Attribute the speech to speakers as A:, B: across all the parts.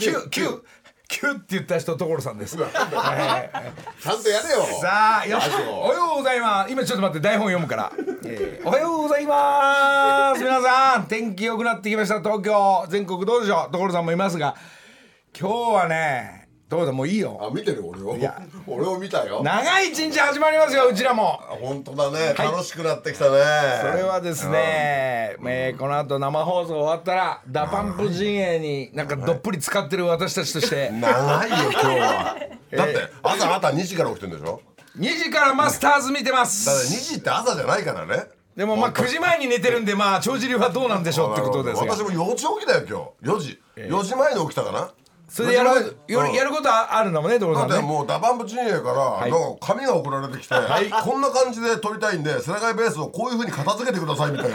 A: 九九九って言った人所さんです。
B: ちゃんとやれよ。
A: さあ、よし
B: ラジオ
A: おはようございます。今ちょっと待って、台本読むから。えーおはようございます。皆さん、天気良くなってきました。東京、全国どうでしょう。所さんもいますが、今日はね、所さんもういいよ。
B: あ、見てる俺を
A: や。
B: 俺を見たよ。
A: 長い一日始まりますよ、うちらも。
B: 本当だね。楽しくなってきたね。
A: それはですね、えーこの後生放送終わったらダパンプ陣営になんかどっぷり使ってる私たちとして
B: うん。長いよ今日は。だって朝朝2時から起きてるんでしょ。
A: 2時からマスターズ見てま
B: だから2
A: す
B: 時って朝じゃないからね。
A: でもまあ9時前に寝てるんでまあ長尻はどうなんでしょうってことです
B: 私
A: が
B: も4時起きだよ今日。4時。4時前に起きたかな。
A: それでやる
B: 4時前
A: よ
B: うん
A: りやることはあるのもね所さん
B: だって
A: ね
B: もうダバンプ陣営から、
A: い
B: なんか紙が送られてきて、こんな感じで撮りたいんで背中ベースをこういうふうに片付けてくださいみたいな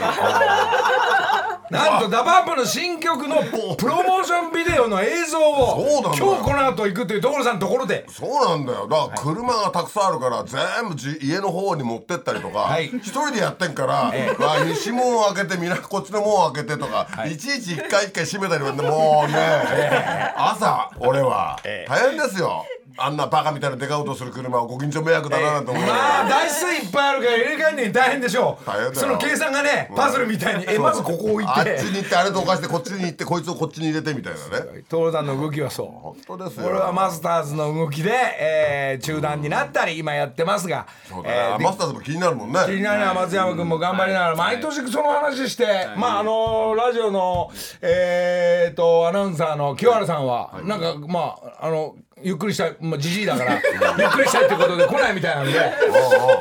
A: なんとダパンプの新曲のプロモーションビデオの映像を
B: そうなんだよ
A: 今日この後行くという所さんのところで
B: そうなんだよだから車がたくさんあるから全部じ家の方に持ってったりとか、
A: はい
B: 一人でやってんから、まあ、西門を開けてみんなこっちの門を開けてとか、い、ちいち一回一回閉めたりと かねもうね、朝俺は、大変ですよあんなバカみたいなデカウトする車はご近所迷惑だななんて思う、
A: まあ台数いっぱいあるから入れ替えるのに大変でしょ
B: 大変だよ
A: うその計算がねパズルみたいにえまずここ置い
B: あってちに行ってあれとおかしてこっちに行ってこいつをこっちに入れてみたいなね
A: 東山の動きはそう
B: 本当ですよ
A: これはマスターズの動きで、えー中断になったり今やってますが
B: そうだ
A: え
B: ね
A: ーで
B: マスターズも気になるもんね
A: 気になるのは松山君も頑張りながら毎年その話してまああのーラジオのえーとアナウンサーの清原さんはなんかまああのゆっくりしたまあじじいだからゆっくりしたいってことで来ないみたいなんで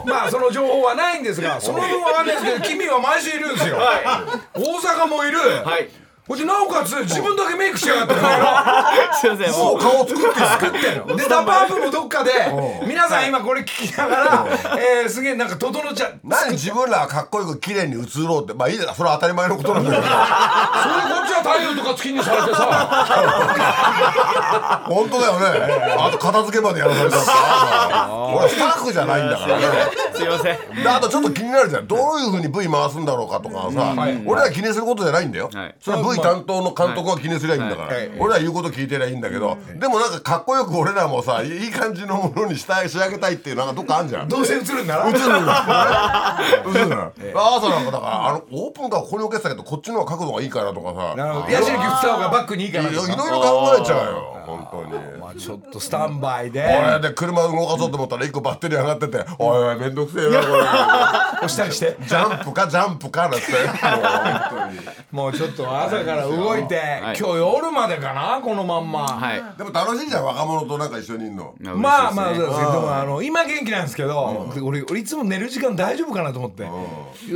A: まあその情報はないんですがその分わかんないですけど君は毎週いるんですよ大阪もいる
C: はい。
A: ほいでなおかつ自分だけメイクしやがってから。
C: すいません。
B: も
C: も
B: う顔作って作
A: 作ってんのでダパープもどっかで皆さん今これ聞きながら、えー、すげえなんか整っちゃう
B: 何自分らはかっこよく綺麗に映ろうってまあいいだそれは当たり前のことなんだけ ど
A: それでこっちは太陽とか月にされてさ
B: 本当だよねあと片付けまでやらされたって俺スタッフじゃないんだからね
C: うすいません。
B: であとちょっと気になるじゃんどういうふうに V 回すんだろうかとかさ、俺ら気にすることじゃないんだよ、
C: はい
B: それは V 担当の監督は気にすりゃいいんだから、
A: はいはい
B: 俺ら言うこと聞いてりゃいいんだけど、でもなんかかっこよく俺らもさいい感じのものにしたい仕上げたいっていうなんかどっかあんじゃん
A: どうせ映るんなら
B: 映るの映るの朝なんかだからあのオープンカーここに置けてたけどこっちの方が角度がいいからとかさ
A: なるほど矢印振った方がバックにいいかないと
B: ろいろ
A: か
B: 考えちゃうよ本当に。
A: まあちょっとスタンバイで
B: 俺で車動かそうと思ったら一個バッテリー上がってて「おいおいめんどくせえなこれ」
A: 押したりして
B: ジャンプかジャンプかなんつってもう本当に
A: もうちょっと朝から動いて、今
C: い
A: 日夜までかなこのまんま、
C: はい。
B: でも楽しいじゃん若者となんか一緒にいんの
A: まあまあ
C: 嬉しい
A: そう
C: で
A: で
C: すね
A: すけどでもあの今元気なんですけど、俺俺いつも寝る時間大丈夫かなと思って、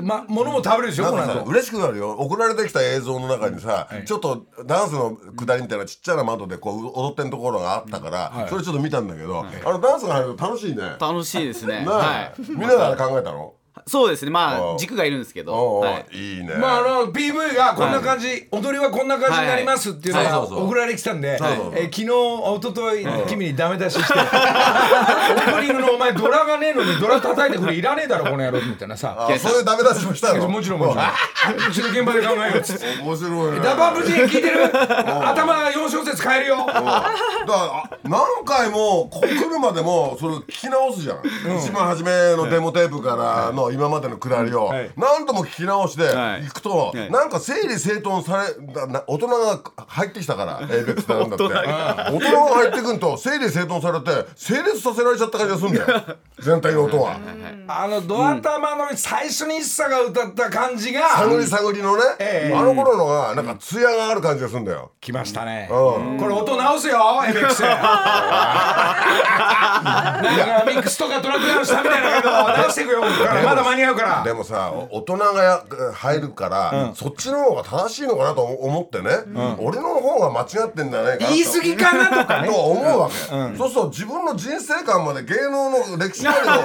A: まあ物も食べるでしょ、
B: なん
A: この
B: か
A: 後
B: さ嬉しくなるよ送られてきた映像の中にさ、ちょっとダンスの下りみたいなちっちゃな窓でこう踊ってんところがあったから、それちょっと見たんだけど、あのダンスが入ると楽しいねな
C: 楽しいですね。
B: あ
C: は、
B: みんなであれ考えたの
C: い。そうですね。ま
B: うん
C: あ軸がいるんですけど。
B: おうおう
C: はい。
B: いいね、
A: まあ、あの PV がこんな感じ、踊りはこんな感じになりますっていうの
B: はい
A: が
B: はいそうそうそう
A: 送られてきたんで、
B: そうそうそう
A: えー昨日一昨日君にダメ出しして オープニングのお前ドラがねえのにドラ叩いてくれいらねえだろこの野郎みたいなさ
B: あそういうダメ出しもした の
A: もちろんもちろんうちの現場で考えようっつって
B: 面白いね
A: ダバンプ G 聞いてる頭が4小節変えるよ
B: だからあ何回もこ来るまでもそれ聞き直すじゃん、一番初めのデモテープからの今までのくだりを
A: はい
B: 何度も聞き直して
C: はい
B: いくと、
C: はい
B: なんか整理整頓されだな大人が入ってきたからエイベックスなんだって大人が入ってくんと整理整頓されて整列させられちゃった感じがするんだよ全体の音は
A: あのドア玉の最初に一茶が歌った感じが
B: 探り探りのね、
A: ええ
B: あの頃のがなんか艶がある感じがするんだよ
A: 来ましたね
B: う
A: これ音直すよエフェクスなんかミックスとかトラックダウンしたみたいだけど直していくよここからまだ間に合うから
B: でもさ大人がや入るから、そっちの方が正しいのかなと思ってね、俺の方が間違ってんじゃないかなと
A: 言い過ぎかなとかね
B: とは思うわけ、そうすると自分の人生観まで芸能の歴史までも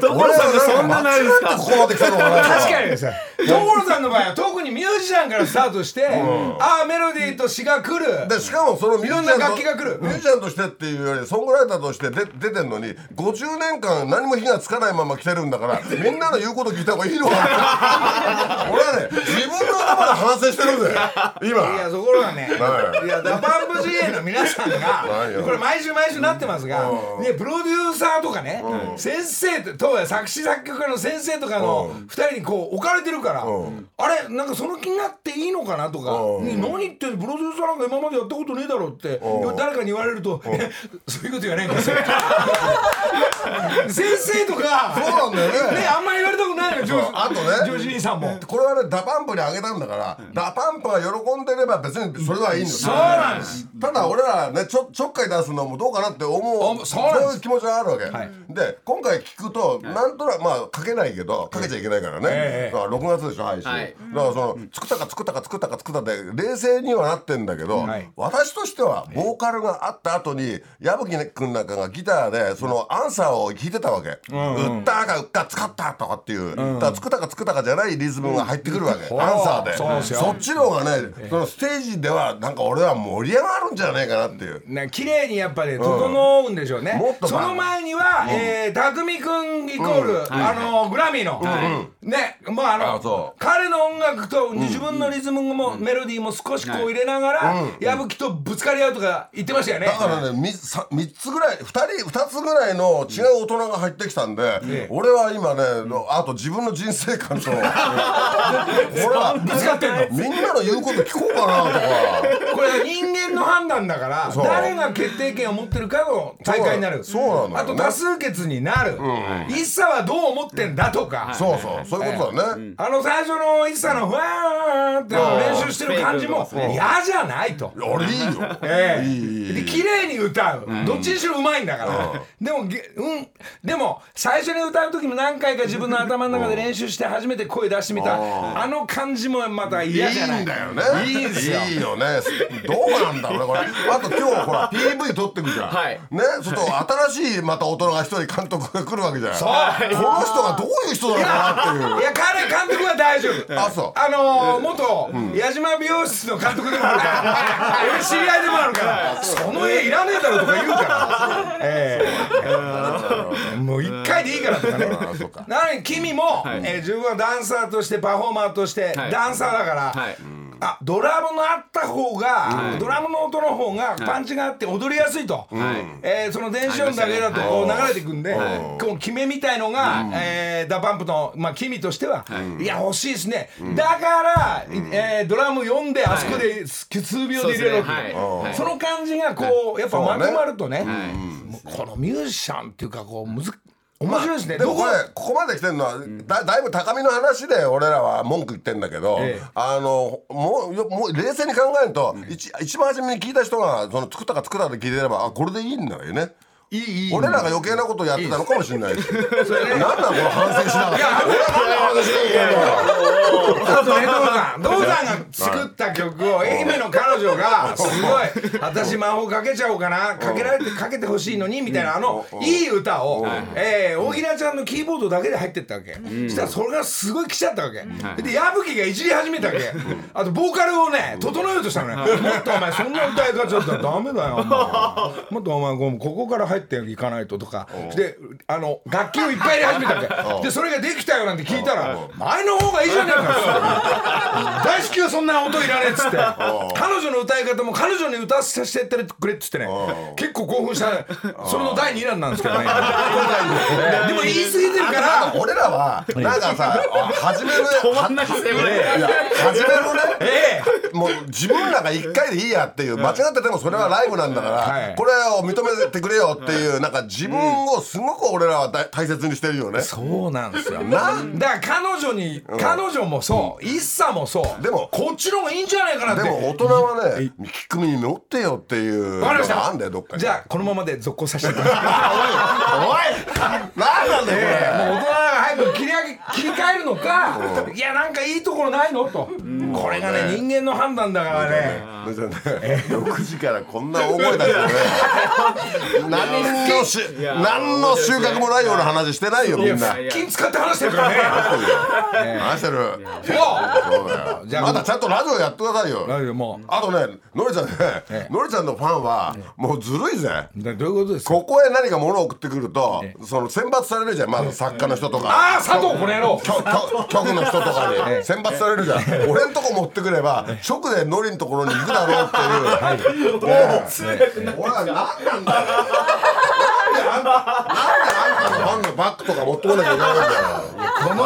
C: 所さんがそんなのあるんです
B: 俺はなんか間違って
C: か
B: ここまで来たのかな
A: 確かにさ所さんの場合は特にミュージシャンからスタートして、ああメロディーと詩が来る
B: でしかもそのミュージシャンと
A: いろんな楽器が来る
B: ミュージシャンとしてっていうよりソングライターとしてで出てんのに50年間何も火がつかないま ま来てるんだからみんなの言うこと聞いた方がいいのかな俺はね自分の頭で反省してるぜ
A: いや
B: 今
A: ところがね、
B: はい
A: い、やダパンプ GA の皆さん
B: はい
A: が
B: よ
A: これ毎週毎週なってますが、
B: うん
A: ね、プロデューサーとかね、先生と当時作詞作曲家の先生とかの
B: うん
A: 2人にこう置かれてるから、
B: うん
A: あれなんかその気になっていいのかなとか、
B: うん
A: ね何言ってんのプロデューサーなんか今までやったことねえだろうって、
B: うん
A: 誰かに言われると、いやそういうこと言わないんですよ 先生とか
B: そうなんだよね
A: ねあんまり言われたことないのよ上司
B: あとね
A: 上司兄さんも。
B: これはねダパンプにあげたんだから、ダパンプが喜んでれば別にそれはいいんです
A: そう
B: よ
A: なんです
B: ただ俺らねちょちょっかい出すのもどうかなって思
A: あ
B: う
A: そうなんです
B: いう気持ちがあるわけ、
A: はい
B: で今回聞くと、なんとなくまあかけないけどかけちゃいけないからね、
A: ええ
B: だから6月でしょ配信、
C: はい
B: だからその作ったか作ったか作ったか作ったって冷静にはなってんだけど、
A: はい
B: 私としてはボーカルがあった後に矢吹君なんかがギターでそのアンサーを弾いてたわけ、売ったか売った使ったとかっていう、だから作ったか作ったかじゃないリズムが入ってくるわけ、
A: うん
B: アンサーで
A: そうですよ
B: そっちの方がね、そのステージではなんか俺は盛り上がるんじゃないかなっていう。
A: な綺麗にやっぱり整うんでしょうね、
B: もっと
A: その前には、えー、匠くんイコール、あのグラミーの、ねもうあの
B: あそう
A: 彼の音楽と自分のリズムも、メロディーも少しこう入れながら、矢吹とぶつかり合うとか言ってましたよね
B: だからね、みさ三つぐらい、二人、二つぐらいの違う大人が入ってきたんで、
A: ええ
B: 俺は今ね、あと自分の人生 観と、俺は
A: ぶつかってんの
B: みんなの言うこと聞こうかなとか。
A: これ人間の判断だから
B: そう
A: 誰が決定権を持ってるかの大会になる
B: そうそうなのよね
A: あと多数決になる、一茶はどう思ってんだとか、
B: そうそう、そういうことだね。
A: あの最初の一茶のふわーんってあの練習してる感じも嫌じゃないと。
B: 俺いいよ。
A: ええ
B: いいいい
A: で綺麗に歌う、どっちにしろうまいんだから、でもげうんでも最初に歌う時も何回か自分の頭の中で練習して初めて声出してみた、あの感じもまた
B: い
A: 嫌じゃない
B: いんだよね。
A: いいんですよ
B: いいよね。どうなんだろうね、これ。あと今日ほら、PV 撮ってくじゃん。
C: はい
B: ね、ちょっと新しいまた大人が一人監督が来るわけじゃん。
A: そう
B: この人がどういう人なのかなっ
A: い
B: ていう。
A: や彼監督は大丈夫
B: あそう
A: あのー元矢島美容室の監督でもある から俺知り合いでもあるからその絵いらねえだろとか言うからええもう一回でいいからとかね
B: あそうか。
A: なのに君も、えー自分はダンサーとしてパフォーマーとして、
C: はい
A: ダンサーだから、
C: はい
A: あドラムのあった方が、ドラムの音の方がパンチがあって踊りやすいと、
C: はい
A: えーその電子音だけだと
C: はい
A: こう流れていくんで、
B: は
A: こう決めみたいのが、えーダパンプの、まあ、君としては、い、や欲しいですね、だから、えードラム読んであそこで数秒で入れろって、
C: そうですねはいはい
A: その感じがこう、やっぱまとまるとね
C: い
A: もうこのミュージシャンっていうかこうむず面白いですね、
B: で
A: ど
B: もこ
A: こ
B: れここまで来てるのはだだいぶ高みの話で俺らは文句言ってんだけど、
A: ええ
B: あのもうよもう冷静に考えると、一一番初めに聞いた人がその作ったか作ったかで聞いてればあこれでいいんだよね。
A: いいいい
B: 俺らが余計なことやってたのかもしれ ないし。
A: それね
B: 何なんだこの反省しながら。俺は何で反省しながら。
A: あとね、道さん、道さんが作った曲を愛媛の彼女がすご い、私魔法かけちゃおうかな、かけられてかけてほしいのにみたいなあのいい歌を、えー大平ちゃんのキーボードだけで入ってったわけ。そしたらそれがすごい来ちゃったわけ。で矢吹がいじり始めたわけ。あとボーカルをね整えようとしたのよ。もっとお前そんな歌い方だったらダメだよ。 お前もっとお前こうここから入っていかないととか。であの楽器をいっぱい入れ始めたわけ。でそれができたよなんて聞いたら前の方がいいじゃねえ か。大好きはそんな音いらねえっつって。彼女の歌い方も彼女に歌わせてってくれっつってね。結構興奮したね。それの 第2弾なんですけどね。でも言い過ぎてるか
B: な
A: ら
B: んか。俺らはなんかさあ始める
C: 止まんなくてもね
B: いや始めるね。
A: ええ
B: もう自分らが一回でいいやっていう間違っててもそれはライブなんだから、
A: はい
B: これを認めてくれよっていう、なんか自分をすごく俺らは大大切にしてるよね。
A: そうなんですよ。
B: な
A: だから彼女に、彼女もそう、一茶もそう。
B: でも
A: こっちの方がいいんじゃないかなって。
B: でも大人はね聞く耳に持ってよっていうの
A: わかりまし
B: が
A: た。
B: あんだよどっかに。
A: じゃあ、このままで続行させてください。
B: おい 何なんだよこ
A: も
B: れ。
A: う 大人が早く切り上げ、切り替えるのか、いや、なんかいいところないのと。これがね、人間の判断だからね。
B: それでね、6 時からこんな大声出してね何のし何の収穫もないような話してないよみんな
C: や
A: 金使って話してる からね。
B: 話してる
A: も
B: そうだよ
A: じゃあ
B: まだちゃんとラジオやってくださいよ
A: うラジオも
B: あとねのりちゃんね、
A: ええ
B: のりちゃんのファンはもうずるいぜ
A: う、だどういうことですか
B: ここへ何か物を送ってくると、その選抜されるじゃんまず作家の人とか、
A: ああ、佐藤これやろう
B: 局局の人とかに選抜されるじゃん俺んとこ持ってくれば直でノリのところに行くだろうっていうもう俺は何なんだよなんであんたなんであんたのファンのバッグとか持ってこなきゃいけないんだよ
A: この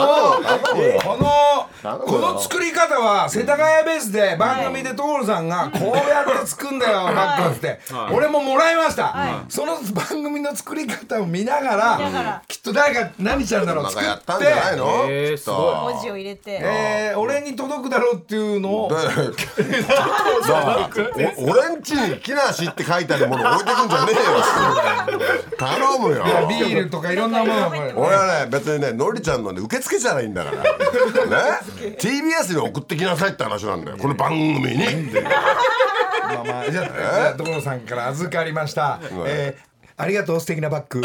A: このこの作り方は世田谷ベースで番組で所さんがこうやって作んだよバッグって俺ももらいましたその番組の作り方を見なが
D: 見ながら
A: らきっと誰か何ちゃうんだろう
B: なん
A: 作
B: かやっ
A: った
B: んじゃない
A: て
B: の
C: えー
B: きっと
D: 文字を入れて、
A: えー俺に届くだろうっていうのを
B: だからお俺んちに木梨って書いてあるもの置いてくんじゃねえよ頼むよ
A: ビールとかいろんなものをこれ
B: 俺はね別にねのりちゃんのね受付じゃないんだからね TBS に送ってきなさいって話なんだよこの番組に
A: まあまあじゃあじゃあ所さんから預かりましたえーありがとう素敵なバッグ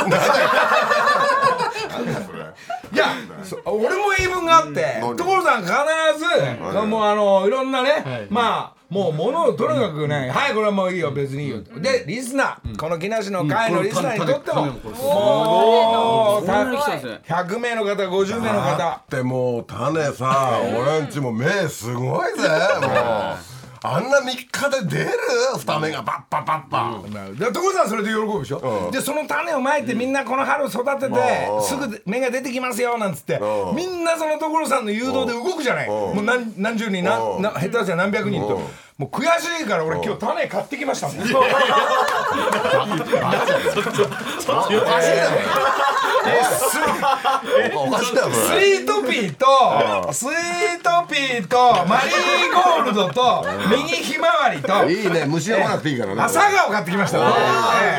A: いや、そ俺も言い分があって、
B: うん
A: 所さん必ず、もうあの、いろんなね、まあ、もう物をとにかくね、はい、これはもういいよ、別にいいよ。で、リスナー、この木梨の会のリスナーにとっても、もう、た100名の方、50名の
B: だ
A: 方。
B: ってもう種さ俺んちも目すごいぜもうあんな3日で出る二目がバッパバッパ、
A: で所さんそれで喜ぶでしょ、でその種をまいてみんなこの春育てて、
B: うん
A: すぐ芽が出てきますよなんつって、
B: うん
A: みんなその所さんの誘導で動くじゃない、もう何何十人、な
B: うん
A: な下手したら何百人と、もう悔しいから俺今日種買ってきましたもん、
B: おかしいだろおかしいだろ
A: ス
B: それ
A: イートピーと、スイートピーと、マリーゴールドと、ミニひまわりと、
B: いいね虫やらなくていいからね
A: 朝顔買ってきましたね。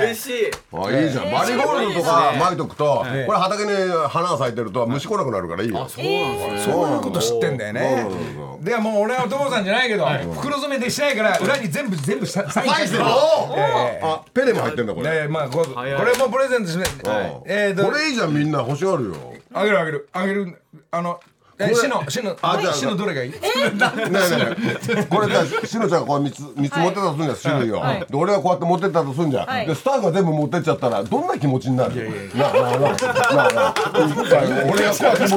A: ええ
C: 嬉しい
B: あいいじゃんマリーゴールドとか巻いとくとこれ畑に花が咲いてると虫来なくなるからいいよ
C: そうなんですね
A: そういうこと知ってんだよね
B: そうそうそ。
A: ではもう俺はお父さんじゃないけど、袋詰めでしないから、裏に全部全部ササイン
B: 返
A: し
B: しててる
A: る。え
B: あペレも入ってんだこれ
A: えまあここ
C: 早い
A: れもプレゼントしない。えっと
B: これいいじゃんみんな欲しがるよ
A: あげるあげるあげるあの。え
B: れ
A: 死の死の
B: あじゃあ
A: 死のどれがいい？
B: ねえねえねえ これだしのちゃんがこう三つ三つ持ってたとするんじゃん種類を
D: はい
B: で俺がこうやって持ってったとするんじゃ
D: は
B: ん
D: い
B: でスタッフが全部持ってっちゃったらどんな気持ちになるなあなあなあなあなあ俺がこうやって持ってっちゃったらど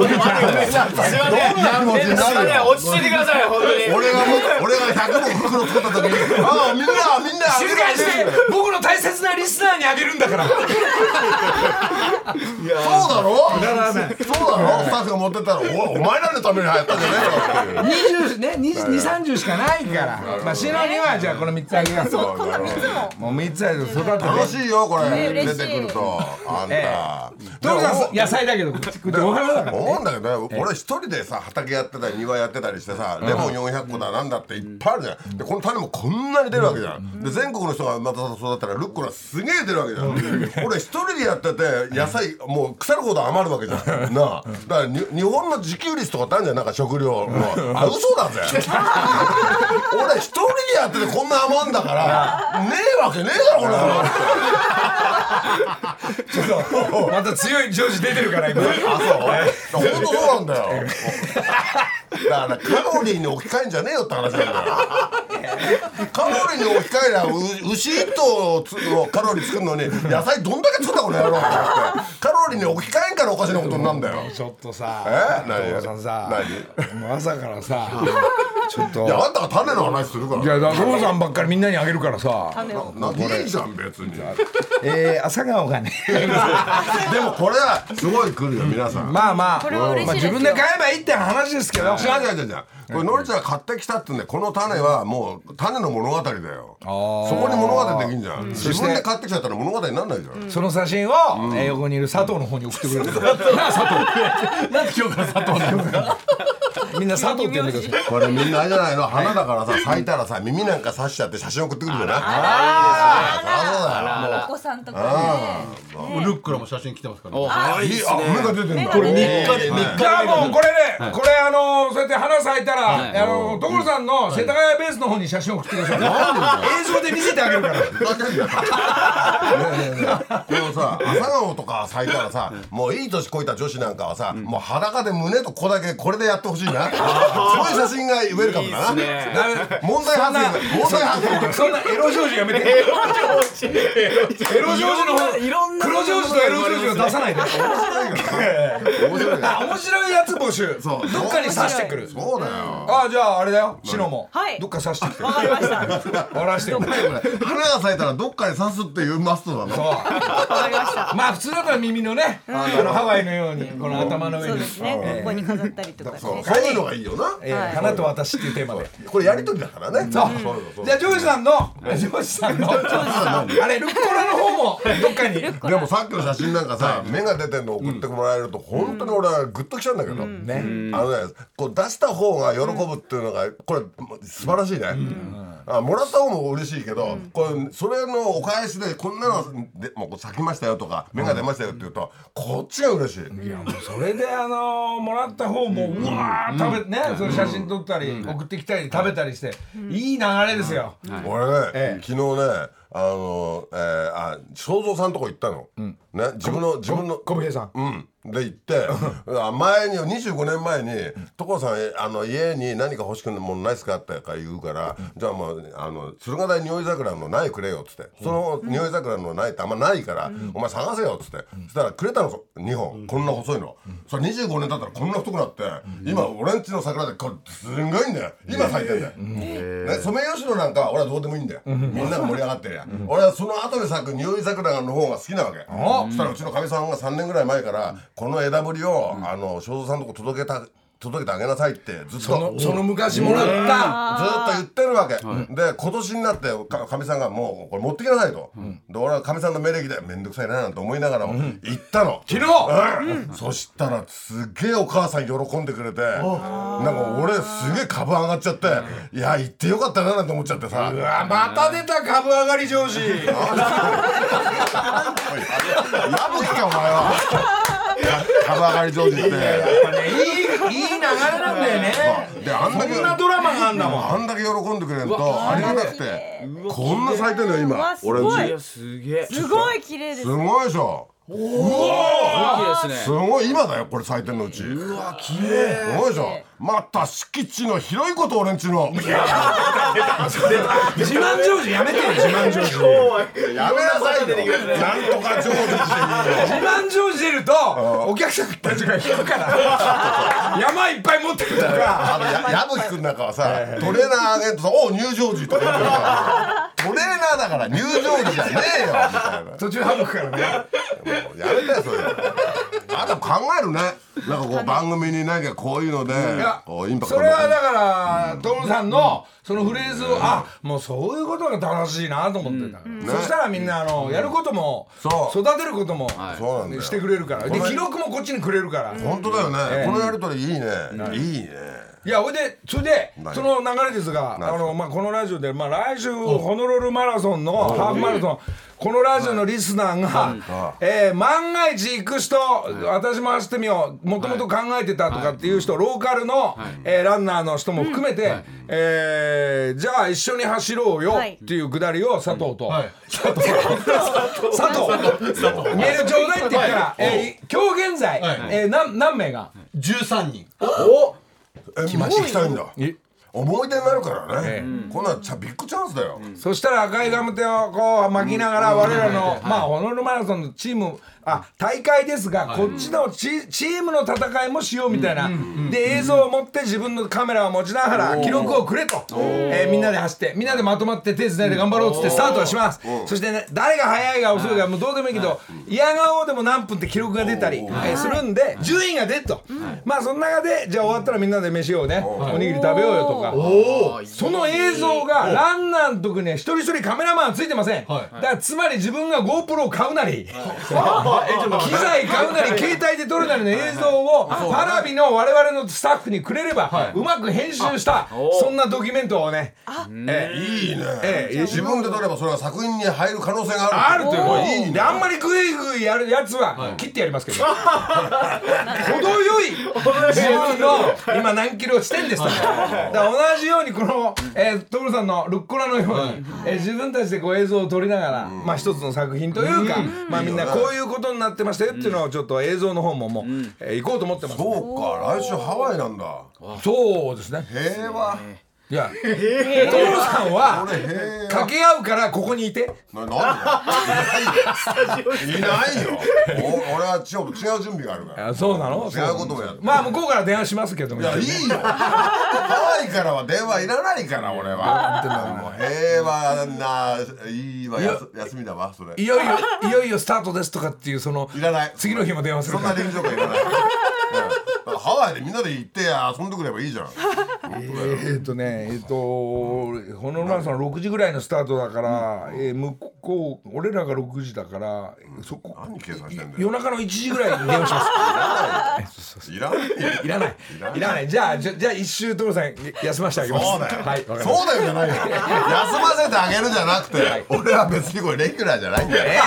B: んな気持ちになるよ
C: 落ち着いてください本当に
B: 俺がも俺が100本袋作った時にああみんなみんな
A: 静かにして僕の大切なリスナーにあげるんだから。
B: そうだろそうだろスタッフが持ってったらおお前らのために流行ったんじゃねえよっていう
A: 二十ね二二三十しかないから。まあシノにはじゃあこの三つあげます。も
D: 今度三つも
A: う三つあげる育てて。
B: 楽しいよこれ
D: ね嬉
B: 出
D: しい
B: てくるとあん
A: え
B: た
A: トムさん
B: で
A: 野菜だけどこっちこっち
B: も
A: お花だから。
B: 思うんだけど ね俺一人でさ畑やってたり庭やってたりしてさレモン400個だなんだっていっぱいあるじゃんでこの種もこんなに出るわけじゃんで全国の人がまた育ったらルッコラすげえ出るわけじゃん俺一人でやってて野菜もう腐るほど余るわけじゃんなあだからに日本の自給率とかってあるじゃんなんか食料のあ嘘 だぜ俺一人でやっててこんな余んだからねえわけねえだろこれ
A: また強いジョージ出てるから今。
B: あ、そう。本当そうなんだよ。だからカロリーに置き換えんじゃねえよって話なんだよ。カロリーに置き換えりゃう牛一頭をつをカロリー作るのに野菜どんだけ作ったこの野郎ってカロリーに置き換えんからおかしなことになんだよ。
A: ちょっと
B: え
A: さ、
B: 何
A: 所さんさ、もう朝からさ、ちょっ
B: いや
A: と。
B: あんたが種の話するか
A: いや、だ
B: ら。
A: から所さんばっかりみんなにあげるから さ。
D: 種を
B: なないいじゃん別に。で
A: えー、朝顔がね。
B: もこれはすごい来るよ皆さ ん。
A: まあまあ、
D: これは嬉しい
A: まあ
D: です
A: 自
D: よ
A: 分で買えばいいって話ですけど。
B: 違う違う違う違うこれのりちゃんが買ってきたってんでこの種はもう種の物語だよそ
A: ー
B: こに物語できんじゃん自分で買ってきちゃったら物語になんないじゃん
A: その写真を、えー横にいる佐藤の方に送ってくれる。 なあ佐
C: なんで今日から佐藤なんですか
A: 藤。みんな佐藤って呼んでください。
B: これみんなあれじゃないの花だからさ咲いたらさ耳なんか刺しちゃって写真送ってくるじゃないああ
D: お子さんとかね
E: ルックラも写真来てますからね。
C: あ
B: そうだよいいあ目が出てるんだ
D: これ
C: 3日で3日
A: じゃあもうこれね、これあのーそうやって花咲いたら、
C: はい
A: あのー所さんの世田谷ベースの方に写真を送ってください、映像で見せてあげるから
B: でもさ朝顔とか咲いたらさもういい年こいた女子なんかはさもう裸で胸とこだけこれでやってほしいななそういう写真がウェルカムだな
A: ダメだ
B: 問題発生問題発生
A: そんなエロジョージやめてエロジョージの方
C: いろんな
A: 黒ジョージとエロジョージを出さないで
B: 面白いから面白いから
A: あ面白いやつ募集ど
B: そう
A: っかに刺してくる
B: そうだよ
A: あじゃああれだよシノも
D: はい
A: どっか刺してきて
D: わかりました。わ
A: 笑わしてよ
B: これ花が咲いたらどっかに刺すっていうマストな
A: そ
B: の
A: う
D: かりました。
A: まあ普通だったら耳のねあのハワイのようにこの頭の上
D: そう
A: に
D: ですね。ここに飾ったりとかね。
B: そう
D: は
B: そう
D: い
B: いうのがいいよな
A: えー花と私っていうテーマで
B: これやりとりだからね
A: そう
B: そうそうそう
A: じゃあジョージさんのジョージさんのあれルッコラの方もどっかに
B: でもさっきの写真なんかさ目が出てんの送ってもらえると本当に俺はグッときちゃうんだけどねあのねこう出した方が喜ぶっていうのがこれ素晴らしいねあもらった方も嬉しいけどこれそれのお返しでこんなのでもうこう咲きましたよとか目が出ましたよって言うとこっちが嬉しい
A: いやもうそれであのーもらった方もうわー食べねその写真撮ったり送ってきたり食べたりしていい流れですよ
B: 俺
A: え
B: ね昨日ねあのえーあ正蔵さんとこ行ったのね自分の自分の
A: 小平さん
B: うん、で行ってあ前に25年前に「所さんえあの家に何か欲しくないものないですか?」って言うから「じゃあもうあの駿河台におい桜の苗くれよ」っつって「そのにおい桜の苗ってあんまないから、お前探せよ」っつってそしたらくれたの2本、こんな細いの、それ25年経ったらこんな太くなって、今俺んちの桜でこれすんごいんだよ今咲いてんだよ、ね、ソメイヨシノなんかは俺はどうでもいいんだよ、みんなが盛り上がってるや、俺はその後に咲くにおい桜の方が好きなわけ、そしたらうちのかみさんが3年ぐらい前からこの枝ぶりを、あの正蔵さんのとこ届けた届けてあげなさいってずっと
A: そのその昔もらった
B: ずーっと言ってるわけ、で今年になってかかみさんがもうこれ持ってきなさいと、で俺はかみさんの命令で面倒くさいななんて思いながらも行ったの、
A: 昨日
B: うんそしたらすげえお母さん喜んでくれてなんか俺すげえ株上がっちゃっていや行ってよかったななんて思っちゃってさ
A: うわまた出た株上がり上司
B: おいやぶきかお前 は株上がり上手って
A: ねいいいい流れなんだよ ね
B: であんだけ
A: そんなドラマがあんだもん
B: あんだけ喜んでくれるとありがたくてこんな咲いてるの
D: う
B: 今
D: わすご
B: 俺
D: い
B: んち
C: いやすげえ。
D: すごい綺麗ですす。
B: ごいでしょ
C: 大きいです
B: す
C: ね。
B: ごい今だよこれ咲いてんのうちうわ綺麗すごいでしょまた敷地の広いこと俺んちの
A: 自慢上司やめてよ自慢上司
B: やめなさいよなんとか上手して
A: 自慢上司出るとお客さんたちが引くから山いっぱい持ってるとか
B: あのや矢吹くんなんかはさトレーナーあげるとさ「おう入場時」とか言ってるからトレーナーだから入場時じゃねえよみたいな
A: 途中省くからね
B: やめてよそれあなた考えるねなんかこう番組になんかこういうので
A: いや
B: こうインパク
A: そ
B: ト
A: れはだからトムさんのそのフレーズをあもうそういうことが楽しいなと思ってたからそしたらみんなあのやることも
B: そう
A: 育てることも
B: そうなんだよ
A: してくれるからで記録もこっちにくれるから
B: 本当だよねこのやりとりいいねいいね
A: いやほいでそれで
B: 何
A: その流れですが
B: 何
A: あの、まあ、このラジオで、まあ、来週ホノルルマラソンのハーフマラソンこのラジオのリスナーが、えー万が一行く人、私も走ってみようもともと考えてたとかっていう人、ローカルの、えーランナーの人も含めて、えーじゃあ一緒に走ろうよ
D: はい
A: っていうくだりを佐藤と、佐藤佐藤メールちょうだいって言ったら、えー今日現在、
E: はい
A: えーなん何名が
E: 13人
B: えマジ行きたいんだ
A: え
B: 思い出になるからねこんなんちゃビッグチャンスだよ
A: そしたら赤いガム手をこう巻きながら我らのまあホノルルマラソンのチームあ大会ですがこっちのチチームの戦いもしようみたいなで映像を持って自分のカメラを持ちながら記録をくれとえーみんなで走ってみんなでまとまって手つないで頑張ろうっつってスタートはしますそしてね誰が速いが遅いがもうどうでもいいけど嫌顔でも何分って記録が出たりえーするんで順位が出るとまあその中でじゃあ終わったらみんなで飯をねおにぎり食べようよとか
C: おお。
A: その映像がランナーの時には一人一人カメラマンついてません、
E: はい
A: だからつまり自分が GoPro を買うなり、機材買うなり携帯で撮るなりの映像をパラビの我々のスタッフにくれれば、うまく編集したそんなドキュメントをねえ
B: いいね、
A: ええ
B: 自分で撮ればそれは作品に入る可能性が
A: あ
B: あ
A: る
B: る
A: という
B: こ
A: こと
B: れいい
A: で
B: ね
A: であんまりグイグイやるやつは切ってやりますけ ど、程よい自分の今何キロしてんですとだから同じようにこの、えー、所さんのルッコラのように、えー自分たちでこう映像を撮りながら、まあ一つの作品というか、まあみんなこういうことになってましたよっていうのをちょっと映像の方ももう、えー行こうと思ってます。
B: そうか来週ハワイなんだ
A: そうですね。
B: 平和
A: いや、所さんは
B: 俺平和
A: 掛け合うからここにいて。
B: ななんでいないよいないよお俺は違う違う準備があるから
A: あそうなの？
B: 違うこともやって
A: まあ向こうから電話しますけども。
B: いやいいよハワイからは電話いらないから俺はもう平和ないいわやす休みだわそれ
A: いよいよいよいよスタートですとかっていうその
B: いらない
A: 次の日も電話する
B: そん
A: か
B: な
A: ら。
B: 臨場感いらない、うんハワイでみんなで行って遊んでくればいいじゃん
A: えっとねえっ、とホノルルマラソン6時ぐらいのスタートだから、えー向こう俺らが6時だからそこ
B: 何計算してんだよ
A: 夜中の1時ぐらいに電話し ます。
B: いらないよ
A: いらない。いらない。じゃあじゃじゃあ一周所さん休ませてあげます。
B: そうだ
A: はい。
B: よ、
A: わかりまし
B: そうだよじゃないよ休ませてあげるじゃなくて、俺は別にこれレギュラーじゃないんだよ、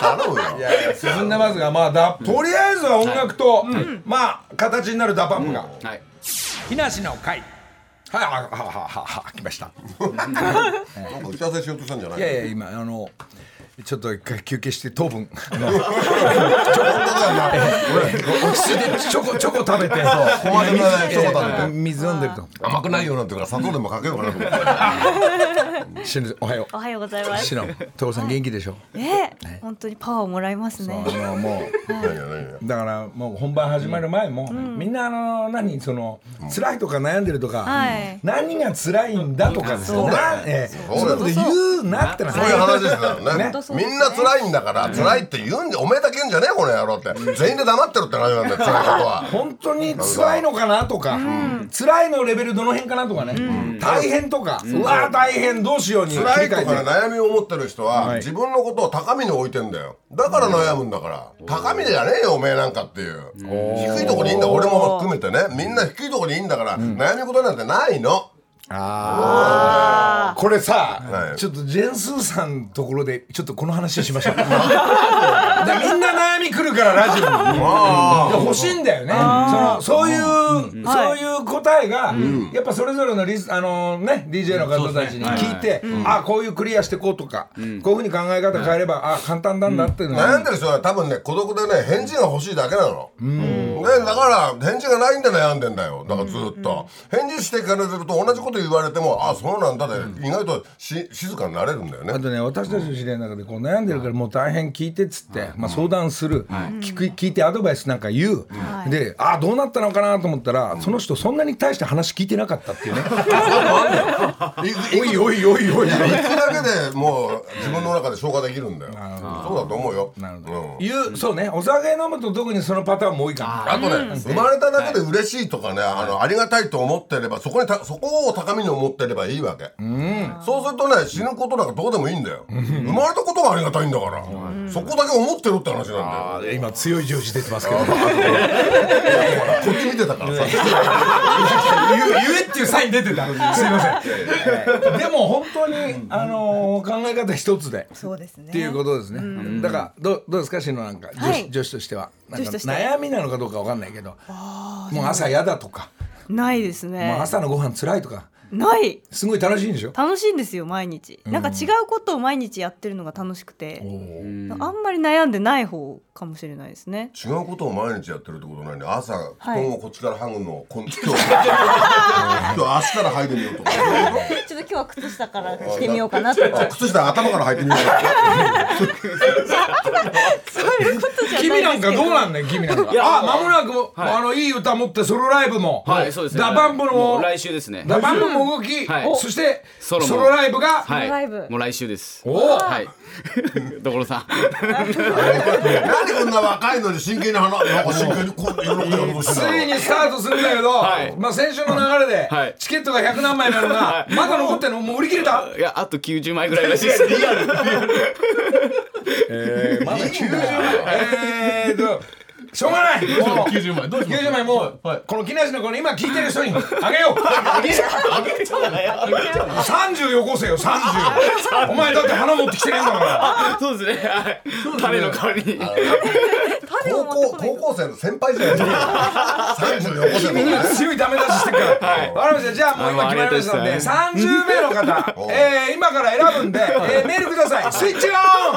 B: 頼むよ
A: たいや進んでますがまあだとりあえずは音楽と、まあ形になるダパンプが。
C: はい。
A: 木梨の会はいあはははは来ました
B: なんか打ち合わせしようとしたんじゃない
A: いやいや今あのちょっと一回休憩して糖 分あの
B: 本当だよな
A: 落ち着いてチョコチョコ食べて
B: 小松菜だよチョコ食べて
A: えー水飲んでると思
B: 甘くないよなんてから砂糖でもかけようかなと思っ て
A: うしのおはよ
D: おはようございうま
A: し
D: す。
A: の徹さん元気でしょ
D: ね、本当にパワーをもらいますね
A: あ。のも
B: 何や何や
A: うだからもう本番始まる前もみんなあの何その辛いとか悩んでるとか
D: はい。
A: 何が辛いんだとかですよねええそういうこと言うなってな
B: そういう話ですからね
A: ね
B: みんな辛いんだから辛いって言うんじゃおめえだけ言うんじゃねえこの野郎って全員で黙ってるって話なんだよ辛いこと は
A: 本当に辛いのかなとか、辛いのレベルどの辺かなとかね、大変とか、うわー大変どうしように
B: 辛いと
A: 切り替
B: か
A: えて
B: 悩みを持ってる人は、
A: はい
B: 自分のことを高みに置いてんだよだから悩むんだから、高みじゃねえよおめえなんかっていう、低いとこにいいんだ俺も含めてねみんな低いとこにいいんだから、悩むことなんてないの
A: これさ、
B: はい
A: ちょっとジェンスーさんのところでちょっとこの話をしましょう だからみんな悩み来るからラジ オに
B: あ
A: が欲しいんだよね。そのそういうそう
D: はい
A: いう答えがやっぱそれぞれのリスあのね DJ の方たちに聞いて、あこういうクリアしてこうとか、こういうふうに考え方変えればあ簡単なんだっていうの
B: 悩
A: が
B: んでる人は多分ね孤独でね返事が欲しいだけなの、ね、だから返事がないんで悩んでんだよだからずっと、返事してからずると同じこと言われてもあそうなんだで意外とし静かになれるんだよね
A: あとね私たちの知り合いの中でこう悩んでるからもう大変聞いてっつって、まあ、相談する、聞く聞いてアドバイスなんか言う、でああどうなったのかなと思ったら、その人そんなに大して話聞いてなかったっていうね おいおいおいおい
B: 行くだけでもう自分の中で消化できるんだよそうだと思うよ
A: なるほ
B: うん
A: ど、いうそうねお酒飲むと特にそのパターンも多いか
B: あとね、生まれただけで嬉しいとかね、あの、ありがたいと思ってれば、そこにた、そこを高みに思ってればいいわけ。そうするとね、死ぬことなんかどうでもいいんだよ。生まれたことがありがたいんだから、そこだけ思ってるって話なんだよ。
A: ら、今強い上司出てますけど 言
B: こっち見てたからさ。
A: えっていうサイン出てたすいません、はい でも本当に、あのー考え方一つで
D: そうですね。
A: っていうことですね。だからどうどうですかしのなんか女子、
D: はい
A: 女子としてはなんか
D: 女子として
A: 悩みなのかどうかわかんないけど、もう朝嫌だとか、
D: ないですね。
A: もう朝のご飯辛いとか、
D: ない。
A: すごい楽しいんでしょ。
D: 楽しいんですよ毎日。なんか違うことを毎日やってるのが楽しくて、あんまり悩んでない方かもしれないですね。
B: 違うことを毎日やってるってことないね。朝、布団をこっちから剥ぐのを、こん今日、今日足から剥いでみようとか。
D: ちょっと今日は靴下から着てみようかなとか。
B: あ靴下頭から履いてみようとか。
D: そういうことじゃないですけど。
A: 君なんかどうなんだよ君なんか。あ間もなく、あのいい歌持ってソロライブも、
C: はい、そうですね。
A: ダバンプ
C: も
A: の
C: う来週ですね。
A: ダバンプも動き、
C: はい
A: おそしてソ
C: ソ
A: ロ
C: ロも
A: ライブが、
C: はい。
D: ライブ
C: もう来週です。
A: おお、
C: はい。 所さん。
B: なんでこんな若いのに真剣に話、なんか真剣にこう、喜んでやろうとして
A: つ
B: んだろう
A: いにスタートするんだけど、
C: はい
A: まあ先週の流れで、
C: はい
A: チケットが100何枚なのが、まだ残ってるのもう売り切れた。
C: いや、あと90枚ぐらいらしいです。
A: まだ90枚。えーと、しょうがない。もう
E: 90 枚どうします
A: 90枚もう、
E: はい
A: この木梨のこの今聞いてる人にあげよう。あげちゃう。30よこせよ、30。お前だって花持ってきてねえんだから。
C: そうですね。はい。種の代わりに。
D: 種を
B: 高
D: 持っ
B: 校
D: てこない
B: 高
D: と
B: 校生の先輩じゃないですか34
A: 君
B: 個生
A: に
B: の
A: 強いダメ出ししてるから。
C: はい
A: わかりました。じゃあもう今決まりましたので、三十名の 方、
B: おう
A: えー今から選ぶんで、えーメールください。スイッチ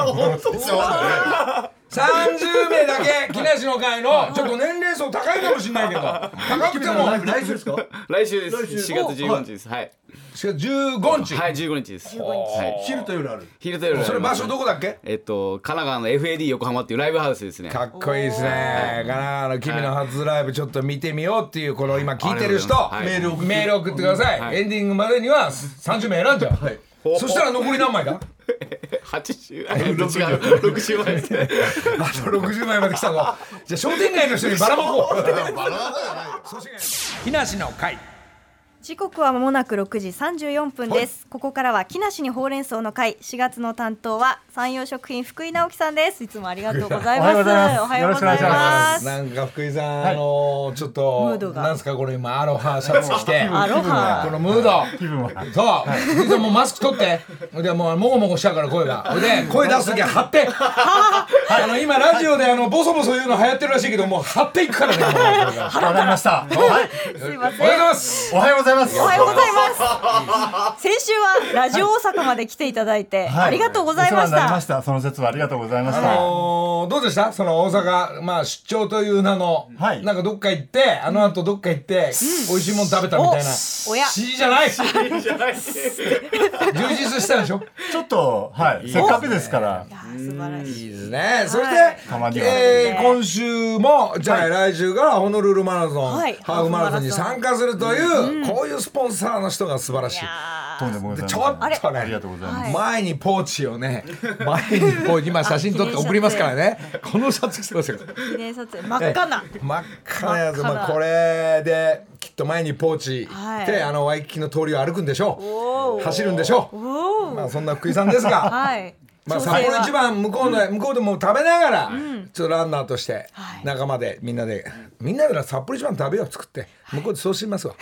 A: オン。
B: そうだね
A: 三十名だけ木梨の会のちょっと年齢層高いかもしれないけど、高くても
E: 来週ですか
C: 来週です。4月15日です。はい。
A: 十五日。
C: はい、15日です。はい。
E: 昼と夜ある
C: 昼と夜。
A: それ場所どこだっけ？
C: えっと、神奈川の FAD 横浜っていうライブハウスですね。
A: かっこいいですね。神奈川の君の初ライブちょっと見てみようっていうこの今聞いてる人、
C: はい
A: メール送ってメール送ってください。エンディングまでには三十名選んじゃう。そしたら残り何枚 だ？
C: 80、あ違う、60枚ですね。
A: あと六十枚まで来たぞ。じゃあ商店街の人にばらま こう。
B: バラバラじゃないよ
A: 木梨の会。
D: 時刻はまもなく6時34分です、ここからは木梨にほうれん草の会4月の担当は山陽食品福井直樹さんですいつもありがとうございます
F: おはようございます
D: おはようございます
A: なんか福井さん、あのーちょっと
D: ムードが
A: なんすかこれ今アロハシャツ着て
D: アロハ
A: このムード
F: 気分は
A: そう福井さんもうマスク取ってでもうもごもごしちゃうから声がで声出す時は張ってあの今ラジオであのボソボソ言うの流行ってるらしいけどもう張っていくからねもう
F: わかりました。
D: すい
A: お
D: ま
A: はようござい
D: せん
A: ます
F: おはようございます。
D: おはようございます先週はラジオ大阪まで来ていただいて、
F: はい
D: ありがとうございま
F: お
D: し
F: 世話になり
D: た
F: ました。その説はありがとうございまし
A: あ
F: た。
A: のーどうでしたその大阪、まあ、出張という名の、
F: はい
A: なんかどっか行ってあのあとどっか行って、美味しいもん食べたみたいな
D: おおや
A: しじゃないし充実したでしょ
F: ちょっとはい、せっかくですから。
D: いやー素晴らしい
A: いいですね。それで、
F: たまには
A: えー今週も、じゃあ、来週からホノルルマラソン、
D: はい
A: ハーフマラソンに参加するという、こういうスポンサーの人が素晴らしい。
F: とんでもございま
A: ち
F: せん
A: ょっと
F: ありが
A: ね
F: と。うございます。
D: はい
A: 前にポーチを ね、前にポーチ、今写真撮って送りますからね。このシャツ着てますよ。
D: 記念撮影真っ赤な
A: 真っ赤なやつ、
D: 真っ赤な
A: まあ、これで、きっと前にポーチ
D: はい
A: で、あのワイキキの通りを歩くんでしょ
D: お
A: う。
D: ー
A: 走るんでしょ
D: お
A: う。
D: ー
A: まあ、そんな福井さんです が。
D: はい
A: まあ、
D: 調整
A: 札
D: は
A: 幌一番向こうの、向こうでも食べながら、ちょっとランナーとして、
D: はい
A: 仲間でみんなで、みんなで札幌一番食べよう作って、向こうでそうしますわ。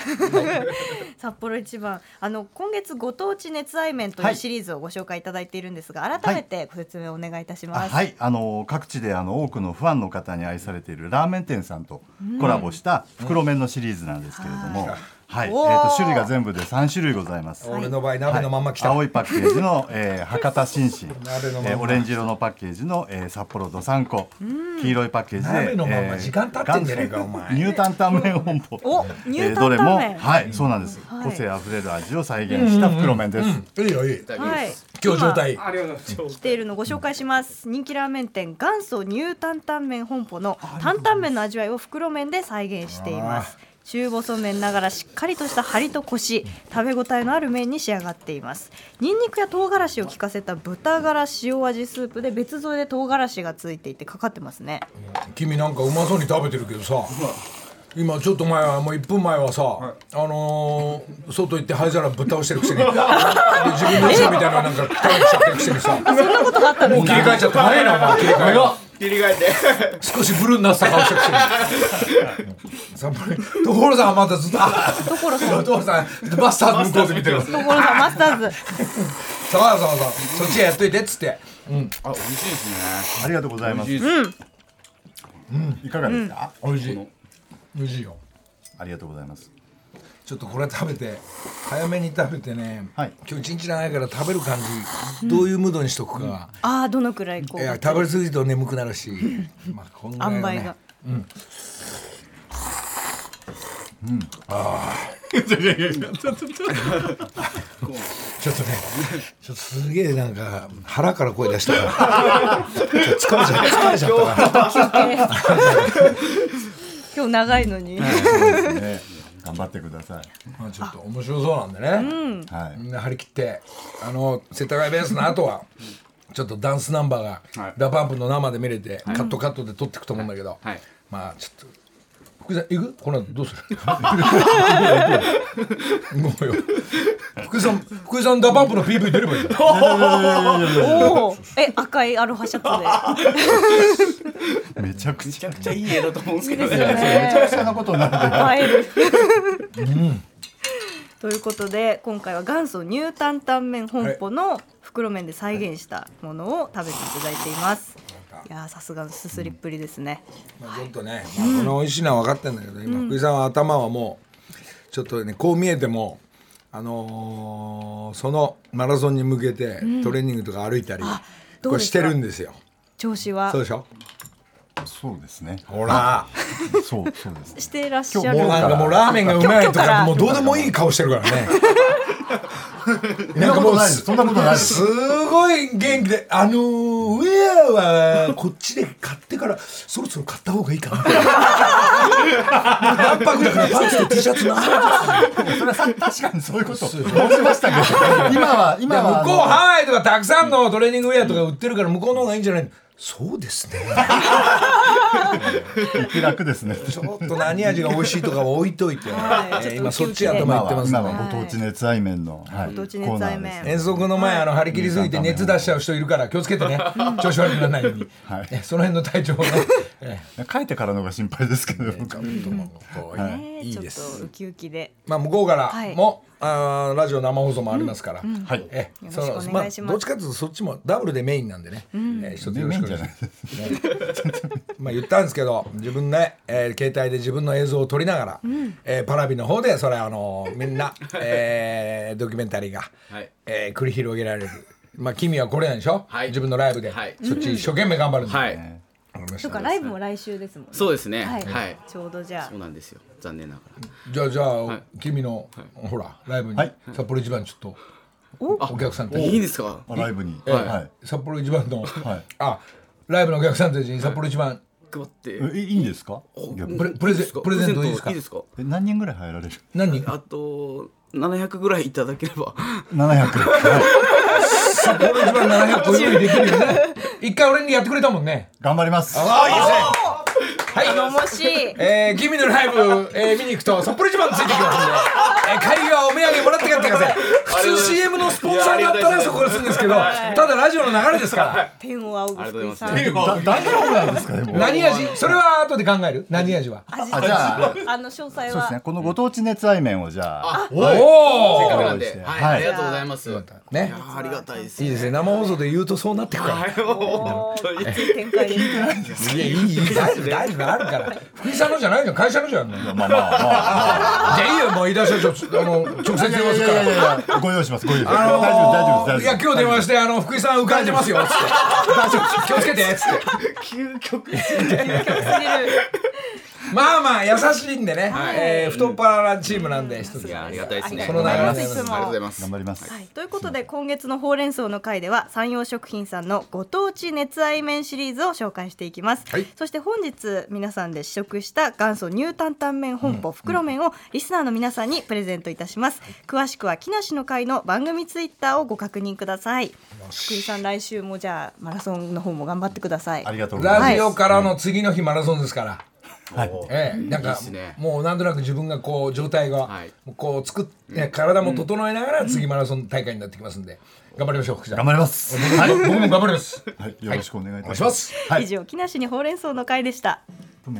D: 札幌一番あの今月ご当地熱愛麺というシリーズをご紹介いただいているんですが、改めてご説明をお願いいたします、
F: はい、あの各地であの多くのファンの方に愛されているラーメン店さんとコラボした袋麺のシリーズなんですけれども、はい、えっ、
D: おー
F: と種類が全部で3種類ございます。
A: 俺の場合、鍋のまんま来た。
F: 青いパッケー ジの、えー、博多紳士、
A: 鍋のまんま
F: えーオレンジ色のパッケージの、えー、札幌どさんこ黄色いパッケージで
A: 鍋のまんま
F: えー
A: 時間経ってんじゃねえかお前
F: ニュータンタンメン本舗
D: おニュータンタンメン
F: どれもはいそうなんです、
D: はい
F: 個性あふれる味を再現した袋麺です、
A: いいよ、いい。
D: はい
A: 今日状態。
D: 来ているのをご紹介します人気ラーメン店元祖ニュー担々麺本舗の担々麺の味わいを袋麺で再現しています中細麺ながらしっかりとした張りとコシ食べ応えのある麺に仕上がっていますニンニクや唐辛子を効かせた豚ガラ塩味スープで別添えで唐辛子がついていてかかってますね
A: 君なんかうまそうに食べてるけどさ。今ちょっと前はもう1分前はさ、あのー、外行って灰皿ぶっ倒してる くせに自分の人みたいななんか汚くしちゃってるくせにさ
D: あそんなことがあったんで
A: も
D: す
A: う
D: か
A: 切り替えちゃって早いなお前切り替えが
C: 切り替えて。
A: 少しブルーになってた顔してる さっぱり所さんはまたずっと所さん所さんマスターズ向こうで見てるそうそう
D: 所さんマスターズ
A: そうそっちやっといてっつって
C: あ、美味しいですね。
F: ありがとうございます
C: 美味しい
F: いかがですか、
A: 美味しい美味しいよ
F: ありがとうございます
A: ちょっとこれ食べて早めに食べてね、
F: はい
A: 今日一日長いから食べる感じどういうムードにしとくか、
D: ああどのくらいこ
A: いや
D: う
A: 食べ過ぎると眠くなるし まあこんぐらい
D: 塩
A: はね
D: 梅が
A: ちょっとねちょっとすげえなんか腹から声出したからちょっと疲れちゃ疲れちゃったから
D: 今日長いのに
F: そうですね頑張ってください
A: まあちょっと面白そうなんでね、
F: はい
A: みんな張り切ってあの世田谷ベースの後はちょっとダンスナンバーが、
C: はい
A: ダパンプの生で見れて、カットカットで撮っていくと思うんだけど、
C: はい
A: まあちょっと福井さん行くこの後どうす るもうよ福井さん福井さんダパンプの PV 出れば いいじゃん
D: おおえ赤いアロハシャツで
F: めちゃくちゃ
C: ね。めっちゃいい絵だと思うんです けど
D: ですよ
C: ね。
F: めちゃ
D: ね
F: くちゃなことにな る
D: 映える ということで今回は元祖ニュータンタンメン本舗の袋麺で再現したものを食べていただいています
A: か
D: いやーさすがのすすりっぷりですね、
A: まあ、ちょっとね、まあ、この美味しいのは分かってんだけど、今福井さんは頭はもうちょっとねこう見えても、あのーそのマラソンに向けてトレーニングとか歩いたり、こ
D: どう
A: う
D: です
A: し
D: か
A: てるんですよ。
D: 調子は
A: そうでしょ
F: そうですね。
A: ほら
F: そうそうです ね。
D: してらっしゃ
A: もう
D: る
A: なんかもうラーメンがうまいと
D: 今日から
A: かもうどうでもいい顔してるからね。
F: そんな
A: か
F: こ
A: もう
F: とないです。そんなことないです。
A: すごい元気で、あのーウェアはこっちで買ってから、そろそろ買った方がいいかな。何泊だからパンツと T シャツな。
F: それはさ確かにそういうこと思いましたけど、今は今
A: 向
F: はあ
A: こう
F: の
A: ハワイとかたくさんのトレーニングウェアとか売ってるから向こうの方がいいんじゃないそうですね。
F: 気楽です ね。
A: ちょっと何味が美味しいとかは置いといて、え
D: はい
A: ー今
D: ち
A: そ
D: ょっとウキウキ
A: っ
D: で
A: ち頭
F: 今
A: 行って
F: は
A: ます
F: 今
A: ね。
F: はご当地熱愛麺の、はい、
D: ご当地熱愛麺
F: コーナーですね
A: 遠足の前あの張り切りすぎて熱出しちゃう人いるから気をつけてね。調子悪くなら ないように。
F: はい
A: ねその辺の体調をね。え
F: 書いてからのが心配ですけど、
A: ーうん
F: はい
D: ね
A: いい
D: ちょっ
A: で
D: と
A: す
D: ウキウキで
A: まあ向こうから
D: はい
A: も、あーラジオ生放送もありますから。
F: はい
A: ええ
D: よろし
A: その
D: く
A: ま
D: お願
A: あ
D: いします
A: どっちかというとそっちもダブルでメインなんでね、えー一つよろしくお願いします。 まあ言ったんですけど自分ね、えー携帯で自分の映像を撮りながら、えーパラビの方でそれあのみんな、 えードキュメンタリーが、
C: はい
A: えー繰り広げられる。まあ君は来れないでしょ、
C: はい
A: 自分のライブで、
C: はい
A: そっち一生懸命頑張るんで、
C: はい、
A: わかりまし
D: そう
A: た
D: かライブも来週ですもんね
C: そうですね
D: は、
C: はいい、
D: ちょうどじゃ
C: そうなんですよ残念なが
A: じゃあじゃあ、
C: い
A: 君の、ほらライブに、
F: はい
A: 札幌一番ちょっと
D: お
A: お客さんと
C: らいいんですか
F: ライブに、
A: ええ
F: は
A: 札幌一番の、
F: はい
A: あライブのお客さんたちに札幌一番、
C: 配って
F: い。えいいんですか？いや
A: プレプレゼンプレゼントいいですか
C: いいですか
F: え何人ぐらい入られる？
A: 何
C: あと700ぐらいいただければ
F: 七百。はい
A: 札幌一番700個用意できるよね 一回俺にやってくれたもんね
F: 頑張ります。
A: あいいですね
D: 頼
A: はい
D: もしい
A: えー、君のライブ、えー見に行くと札幌一番ついてきますんで、えー、帰りはお土産もらって帰ってください普通 CM のスポンサーだったらそこでするんですけどただラジオの流れですから
D: 天を仰ぐ福井さん
C: あ
F: だ大丈夫なんですかでも。
A: 何味それは後で考える何味は
D: 味
F: あじゃあ
D: あの詳細
F: そうですね
D: は。
F: このご当地熱愛麺をじゃあ。
A: おおー
C: なんで、はい、ありがとうございます。
A: ね
C: あーありがたいです
A: いい
C: ね。
A: ですね生放送で言うとそうなってくから
C: はい、もう本当に。
D: 熱い展開ですね。
A: いやいいいい大丈夫大丈夫あるから福井さんのじゃないじゃん会社のじゃんじゃ
F: まあまあまあ
A: あいいよもう飯田社長あの直接
F: まあ。いや
A: 電
F: い
A: 話
F: や
A: す
F: い
A: るか
F: やいやい
A: ら
F: やご用意しますご用意します。
A: あ
F: 大
A: の
F: 丈夫大丈夫
A: ー
F: 大丈夫。
A: いや今日電話してあの福井さん浮かれてますよつって大丈夫気をつけてつって
C: 究極。
A: まあまあ優しいんでねえー太っ腹なチームなんで一つ
C: いや、ありがたいですね。
A: その流れ
C: あ
A: で
C: りがとうございます。
F: 頑張ります。
D: はいということで今月のほうれん草の会では山陽食品さんのご当地熱愛麺シリーズを紹介していきます、
A: はい
D: そして本日皆さんで試食した元祖乳担々麺本舗袋麺をリスナーの皆さんにプレゼントいたします、詳しくは木梨の会の番組ツイッターをご確認ください福井さん来週もじゃあマラソンの方も頑張ってください
F: ありがとうございます。
A: ラジオからの次の日マラソンですから
F: はい。
A: ええなんか
C: すね
A: もうなんとなく自分がこう状態が
C: はい
A: こう作って体も整えながら次マラソン大会になってきますんで頑張りましょう福井さん
F: 頑張ります。はい。
A: 僕も頑張ります
F: はいよろしくお願いい
A: お願
F: た
A: い
F: し
A: し
F: ま。
A: ますす
D: 以上木梨にほうれん草の会でした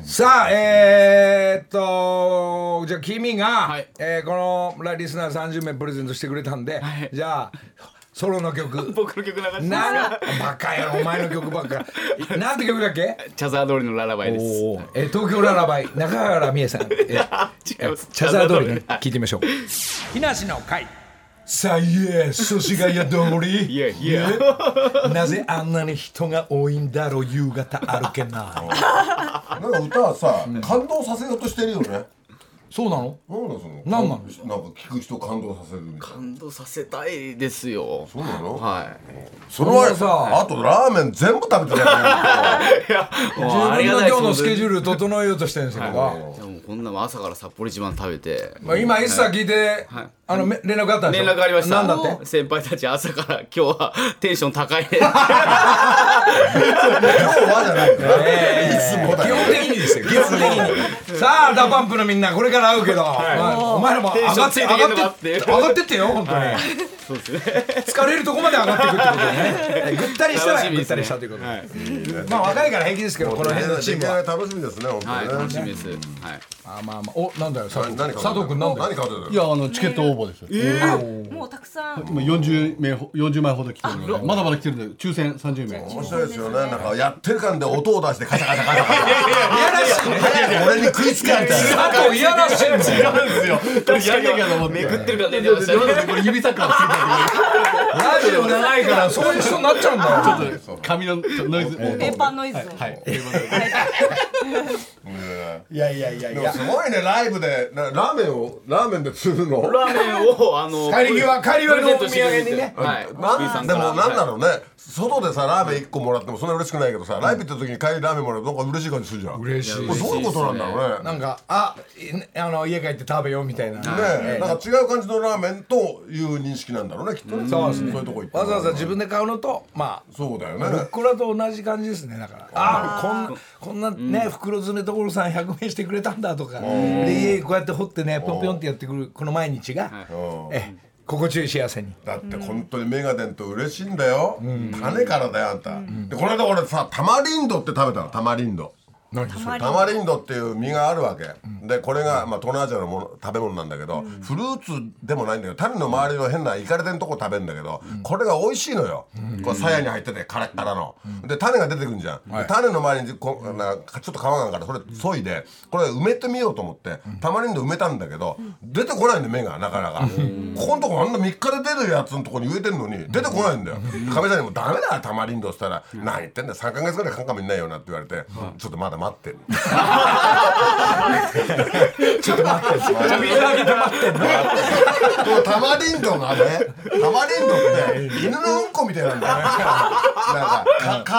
A: さあえー、っとじゃあ君が、
C: はい
A: えーこのラリスナー30名プレゼントしてくれたんで、
C: はい
A: じゃあソロの曲
C: 僕の曲流してます
A: なバカやろお前の曲ばっか なんて曲だっけ
C: チャザー通りのララバイです。
A: おーえー東京ララバイ中原美恵さん、えー
C: 違います。
A: チャザー通りね
C: はい
A: 聞いてみましょう日梨の会さあいえ祖師ヶ谷通り
C: いやいや
A: なぜあんなに人が多いんだろう夕方歩け ない
B: なんか歌はさ感動させようとしてるよねなんだ
A: そうなの
B: その
A: なんなの
B: なんか聞く人を感動させるみたいな
C: 感動させたいですよ。
B: そうなの
C: はい。
B: その
A: そん
B: 前
A: なさ
B: さあとラーメン全部食べてない
C: いや、もう
A: 自
C: あり
A: 分
C: が
A: の
C: たい
A: 今日のスケジュ
C: ー
A: ール整えようとしてるんですけど、
C: ル。もうこんなもん朝から札幌一番食べて。
A: まあ、今一切聞いて、
C: はい
A: あのめ連絡あったんでし
C: 連
A: ょ
C: 絡ありました。
A: なんだって
C: 先輩たち朝から今日はテンション高いね。
B: 今日はじゃないから、いつもだ
A: 基
B: よ
A: 本的にですよ基本的にさあダパンプのみんなこれから会うけど、まあお前らも上がって
C: テンションつい
A: 上
C: ていけんの
A: がっ
C: かってて
A: 上がってってよ本当に、
C: そうですね。
A: 疲れるとこまで上がっていくってことね ぐったりしたら
C: 楽し
A: ぐ
C: みで
A: った
C: す
A: り
C: ね
A: したということで、まあ若いから平気ですけどこの辺のチームは
B: 楽しみですね本当
C: はい、
B: ね、
C: 楽しみです。はい。
A: あまあまあおなんだよ佐藤
B: 何買う
A: 君佐藤君なんだよ
B: 何買うの
C: いやあのチケット応募ですよ。
D: もうたくさん
C: 今40名ほ40枚ほど来てるのでまだまだ来てるんで抽選30名。
B: 面白いですよねなんかやってる感で音を出してカシャカシャカシャカシャ早く俺に食いつけみたいな
A: 佐藤いやらしいんだよ
C: 確かにやんなきゃと思って。
G: めくってるから出てましたね
C: これ指サッカ
A: ラジオ長いからそういう人になっちゃうんだよ
C: ーついてる。髪のノイズ。
D: ペーパーノイズを
C: はい。
A: いやいやいやい
B: でもすごいねライブでなラーメンをラーメンで釣るの
G: ラーメンをあの
A: 帰り際帰り際のお土産にね
G: はい
B: なんでもなんだ
G: う
B: ろうね外でさラーメン1個もらってもそんな嬉しくないけどさライブ行った時に帰りラーメンもらうとなんか嬉しい感じするじゃんこれ
A: 嬉しい
B: どういうことなんだろうね
A: なんかあいあの家帰って食べようみたいな
B: ねえなんか違う感じのラーメンという認識なんだろうねきっとねそういうとこ行って
A: わざわざ自分で買うのとまあ
B: そうだよ
A: ルッ
B: ね
A: コラと同じ感じですねだからああこんなこんなね袋詰め所さん100名してくれたんだとかで家こうやって掘ってねぴょんぴょんってやってくるこの毎日がええ心地よい幸 せに
B: だって本当にメガデンと嬉しいんだよ種からだよあんたでこの間俺さタマリンドって食べたのタマリンド
A: 何それ
D: マリン
B: タマリンドっていう実があるわけ、でこれが、まあ、東南アジアのもの食べ物なんだけど、フルーツでもないんだけど種の周りの変なイカれてんとこ食べるんだけど、これが美味しいのよ、こう鞘に入っててカラッカラの、で種が出てくるんじゃん、で種の周りにこうなんかちょっと皮があるからそれ削いでこれ埋めてみようと思って、タマリンド埋めたんだけど出てこないんだよ芽がなかなか、ここのとこあんな3日で出てるやつのとこに植えてんのに出てこないんだよ亀さんにも「ダメだよタマリンド」っつったら「何言ってんだよ3か月ぐらいカンカンいないよな」って言われて「ちょっとまだ待ってる」このタマリンドがねタマリンドって犬のうんこみたいなんだよねなんかか皮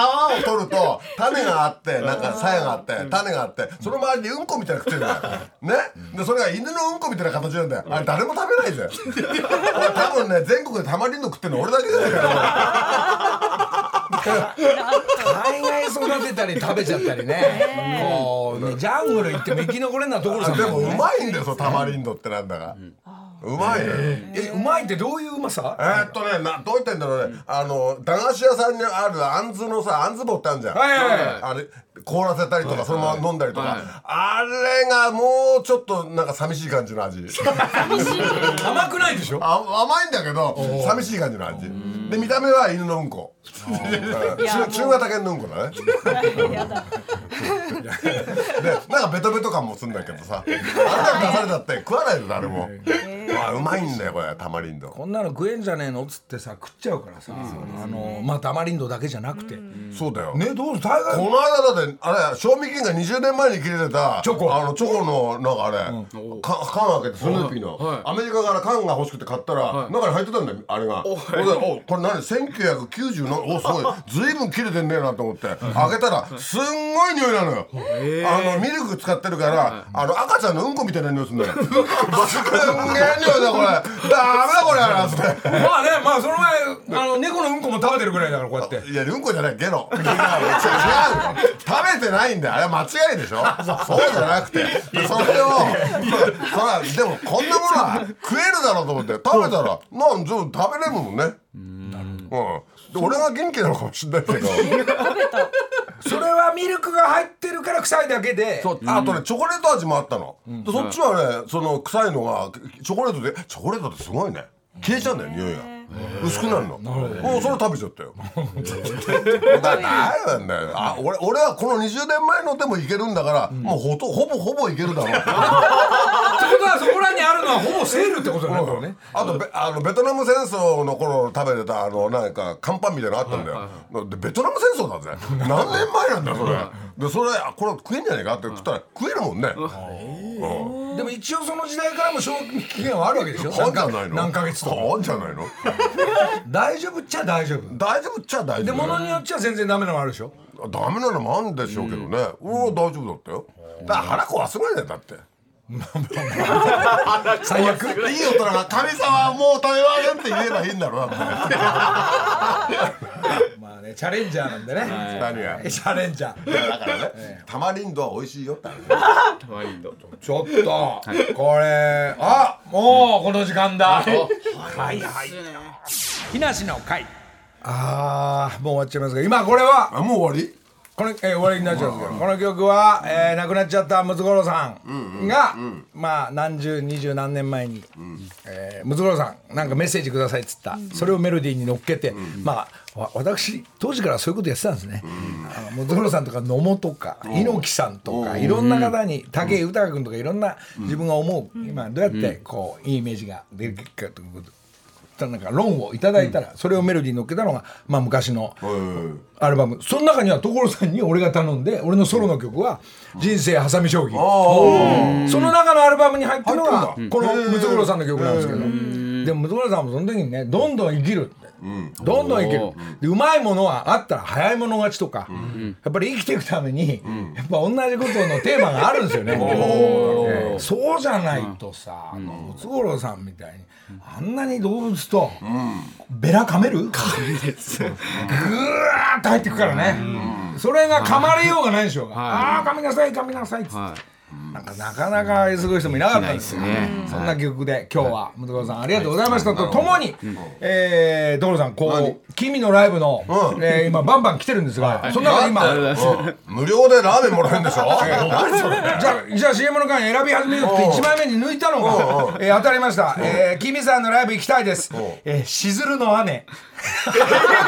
B: を取ると種があってなんか鞘があって種があってその周りにうんこみたいなの食ってるんだよねでそれが犬のうんこみたいな形なんだよあれ誰も食べないぜ俺多分ね全国でタマリンド食ってるの俺だけじゃないかな
A: 海外育てたり食べちゃったりねこうねジャングル行っても生き残れんなところさん
B: で
A: だ
B: も
A: もん
B: う
A: ね
B: まいんだよそのタマリンドってなんだかうまいね、
A: えうまいってどういううまさ
B: えーっとねなどう言ったらいいんだろうね、あの駄菓子屋さんにあるあんずのさあんず棒ってあるじゃん、
A: はいはいはい
B: あれ凍らせたりとか、そのまま飲んだりとか、あれがもうちょっとなんか寂しい感じ の味
A: 甘くないでしょ
B: あ甘いんだけど寂しい感じの味で見た目は犬のうんこうん
D: やもう
B: 中中型犬のうんこだねでなんかベトベト感もするんだけ どさあんなの出されたって食わないで誰も、あうまいんだよこれタマリンド
A: こんなの食えんじゃねえのっつってさ食っちゃうからさあのまあタマリンドだけじゃなくてね
B: そうだよ、
A: どう大
B: こ
A: 概
B: の間だってあれ賞味期限が20年前に切れてた
A: チョコ
B: あのチョコのなんかあれ、か缶開けてスヌーピーの、
G: はい
B: アメリカから缶が欲しくて買ったら、中に入ってたんだよあれがおでおこれ何1990のおすごい随分切れてんねえなと思って開けたらすんごい匂いなのよ、あのミルク使ってるから、あの赤ちゃんのうんこみたいな匂いするんだよ すんげえ匂いだこれダメだこれなんつって
A: まあねまあその前あの猫のうんこも食べてるぐらいだからこうやって
B: いや、うんこじゃない、ゲロ。違う、違う。 食べてないんだよ。あれは間違いでしょ そうじゃなくて。でそれを、そら、でもこんなものは食えるだろうと思って、食べたら、なん、ず食べれるもんね。うん。で俺が元気なのかもしれないけど。
A: それはミルクが入ってるから臭いだけで
B: そうあとね、チョコレート味もあったの。でそっちはね、その臭いのが、チョコレートで、チョコレートってすごいね。消えちゃうんだよ、匂いが。薄くなるの。もうそれ食べちゃった よ。だから大変だよ。あ、俺、俺はこの20年前のでもいけるんだから、もうほと、ほぼほぼいけるだろう。
A: ってことはそこらにあるのはほぼセールってことだねこれね
B: あとベあのベトナム戦争の頃食べてたあのなんか乾パンみたいなのあったんだよ、でベトナム戦争だぜ何年前なんだよそれでそれあこれ食えんじゃねえかって食ったら食えるもんね、うん
A: でも一応その時代からも賞味期限はあるわけでしょ
B: あんじゃないの
A: 何ヶ月とか
B: あんじゃないの
A: 大丈夫っちゃ大丈夫
B: 大丈夫っちゃ大
A: で
B: 丈夫
A: 物によっちゃ全然ダメなのもあるでしょ
B: ダメなのもあるんでしょうけどね、俺は大丈夫だったよだから腹子はすごいねだって
A: 最悪
B: いい大人が「神様もう食べません」って言えばいいんだろうな って
A: まあねチャレンジャーなんでね
B: 何が
A: チャレンジャー
B: だからねタマリンドは美味しいよって話
G: タマリンド
A: ちょっとこれあもうこの時間だはいはい木梨の会あーもう終わっちゃいますが今これは
B: あもう終わり
A: この、えー終わりになっちゃうんですけど、この曲は、えー亡くなっちゃったムツゴロウさんが、まあ何十二十何年前に、えームツゴロウさんなんかメッセージくださいっつった、それをメロディーに乗っけて、まあわ私当時からそういうことやってたんですね、あのムツゴロウさんとか野茂とか猪木さんとかいろんな方に武豊君とかいろんな自分が思う、今どうやってこういいイメージが出るかということ。なんか論をいただいたら、それをメロディーに乗っけたのが、まあ、昔のアルバムその中には所さんに俺が頼んで俺のソロの曲は「人生はさみ将棋」その中のアルバムに入ってるのがこのムツゴロウさんの曲なんですけどでもムツゴロウさんもその時にねどんどん生きるって。どんどん生きる
G: お
A: でうまいものはあったら早い者勝ちとか、やっぱり生きていくために、やっぱ同じことのテーマがあるんですよね。ええそうじゃないとさ、あのムツゴロウさんみたいにあんなに動物と、ベラ噛めるぐーっと入ってくからね、それが噛まれようがないでしょうが、ああー噛みなさい噛みなさいっつって、なんかなかなかああいうすごい人もいなかったんですよ、そんな曲で今日はムツゴロウさんありがとうございましたとともに、えー、所さんこう君のライブの、えー今バンバン来てるんですが、その中で今
B: うん無料でラーメンもらえるん でしょ何それ
A: じゃあ、じゃあ CM の間選び始めようって1枚目に抜いたのが、えー当たりました。えー、キミさんのライブ行きたいです。えー、しずるの 姉。当たりました。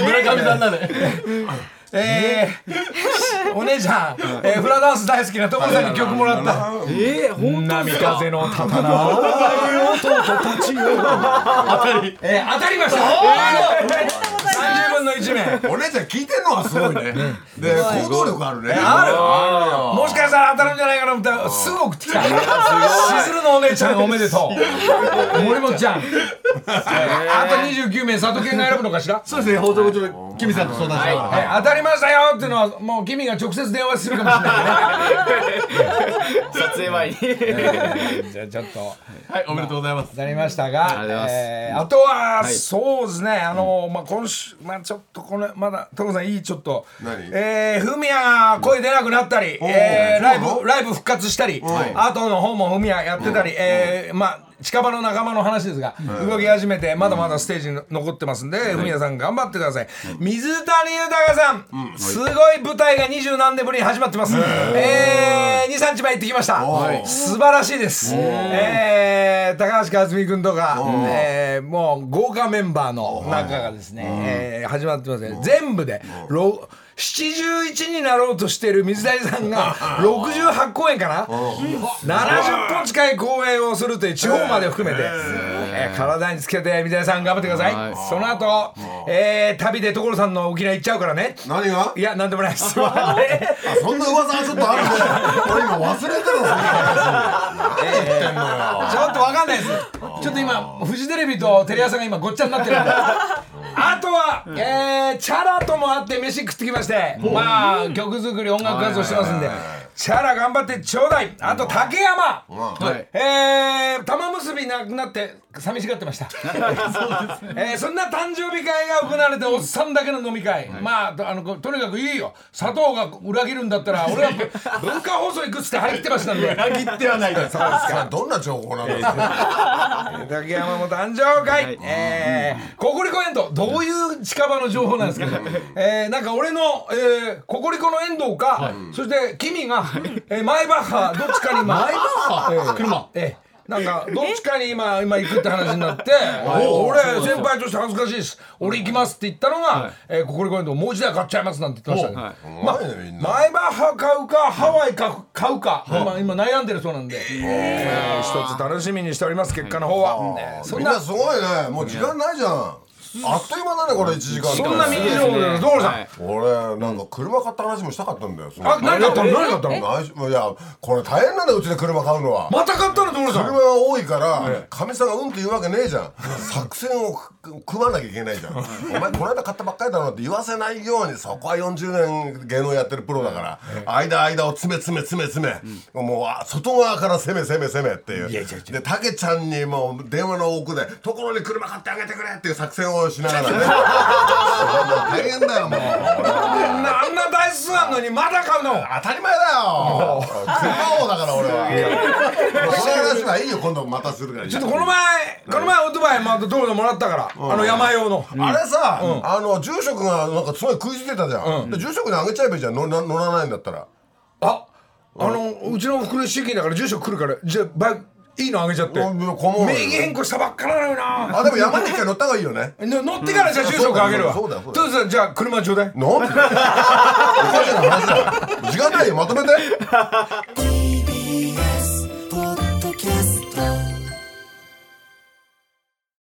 A: 村上さんだね。えー、お姉ちゃん、えー、フラダンス大好きな友さんに曲もらった。
C: えー、ほん
A: 波風のたたな青い音と 立ちよえー当たりました。30分の1名。
B: お姉ちゃん聞いてんのはすごいねで行動力あるね
A: あるもしかしたら当たるんじゃないかなと思ったらすぐ送ってきた しずるのお姉ち ゃんおめでとう森本ちゃんあと29名佐藤健が選ぶのかしら
E: そうですね、放送後ちょっと、キミさんと相談しながら。
A: え当たりましたよっていうのはもう君が直接電話するかもしれ
G: 撮影前に。
A: ないねじゃあちょっと
E: はい、おめでとうございます。
A: 当たりました
G: あ
A: が
G: りがとうございます
A: えーあとはそうですねあのまあ今週まあちょっとこのまだ所さんいいちょっと
B: 何
A: えーふみやが声出なくなったり、えーライ
B: そうなの
A: ブライブ復活したり、後の方もふみややってたり、えーまあ近場の仲間の話ですが、動き始めてまだまだステージに残ってますんで、ふみやさん頑張ってください、水谷豊さん、すごい舞台が二十何年ぶりに始まってます、えー、23日前行ってきました
B: はい
A: 素晴らしいです、えー、高橋克実君とか、えーもう豪華メンバーの中がですね、えー始まってますね全部でろ71になろうとしている水谷さん が68公演かな70本近い公演をするという地方まで含めて、えー体につけて水谷さん頑張ってください、
G: はい
A: その後、えー旅で所さんの沖縄行っちゃうからね
B: 何が
A: いやなんでもない ですよ
B: あそんな噂はちょっとあるね俺今忘れてたのそんな話何言ってんのよ
A: ちょっとわかんないです。ちょっと今、フジテレビとテレ朝が今ごっちゃになってるんで。 あとは、えー、チャラとも会って飯食ってきまして、まあ、曲作り、音楽活動してますんで、チャラ頑張ってちょうだい。あと、竹山。
G: はい。
A: えー、玉結びなくなって寂しがってま した、えーそんな誕生日会が行われておっさんだけの飲み会、まあとあのことにかくいいよ佐藤が裏切るんだったら俺は文化放送行くっつって張り切ってましたんで
E: 裏切ってはないです。
B: それどんな情報なんですか
A: 竹山も誕生会、えー、ココリコエンドどういう近場の情報なんですか、えー、なんか俺の、えー、ココリコの遠藤か、そして君が、えー、マイバッハどっちかに今マイバッハ車えーなんかどっちかに今今行くって話になって俺先輩として恥ずかしいです俺行きますって言ったのが「えーココリコエンドもう一台買っちゃいます」なんて言ってましたね
B: まいねみんな
A: マイバッハ買うかハワイか買うか今今悩んでるそうなんでえー一つ楽しみにしております結果の方はえーそん
B: みん
A: な
B: なすごいねもう時間ないじゃんあっという間だねこれ1時間って
A: そんな右上で所さん
G: はい
B: 俺なんか車買った話もしたかったんだよ
A: あ何買ったの何買ったの
B: 何いやこれ大変なんだようちで車買うのは
A: また買ったの所さ
B: 車
A: ん
B: が多いからかみさんがうんって言うわけねえじゃん作戦をく組まなきゃいけないじゃんお前この間買ったばっかりだろって言わせないようにそこは40年芸能やってるプロだから間間を詰め詰め詰め詰めもうあ外側から攻め攻め攻めっていうでたけちゃんにもう電話の奥で「ところに車買ってあげてくれ」っていう作戦をしながらねそれはもう大変だよもう
A: あんなあんな台数あんのにまだ買うの
B: 当たり前だよ車王だから俺はその話はいいよ今度またするから
A: ちょっとこの前この前オートバイまた道路もらったから、あの山用の、
B: あれさ、あの住職がなんかすごい食いついてたじゃん、で住職にあげちゃえばいいじゃん乗ら乗らないんだったら
A: ああのうちの袋主義だから住所来るからじゃあバイいいのあげちゃって
B: うんこもろい
A: 名義変更したばっかなのよな
B: あでも山に一回乗った方がいいよ ね
A: で乗ってからじゃあ住所あげるわ
B: そうだそうだ
A: トヨタさんじゃあ車ちょうだい
B: なんでおかしな話だよ時間ないよまとめて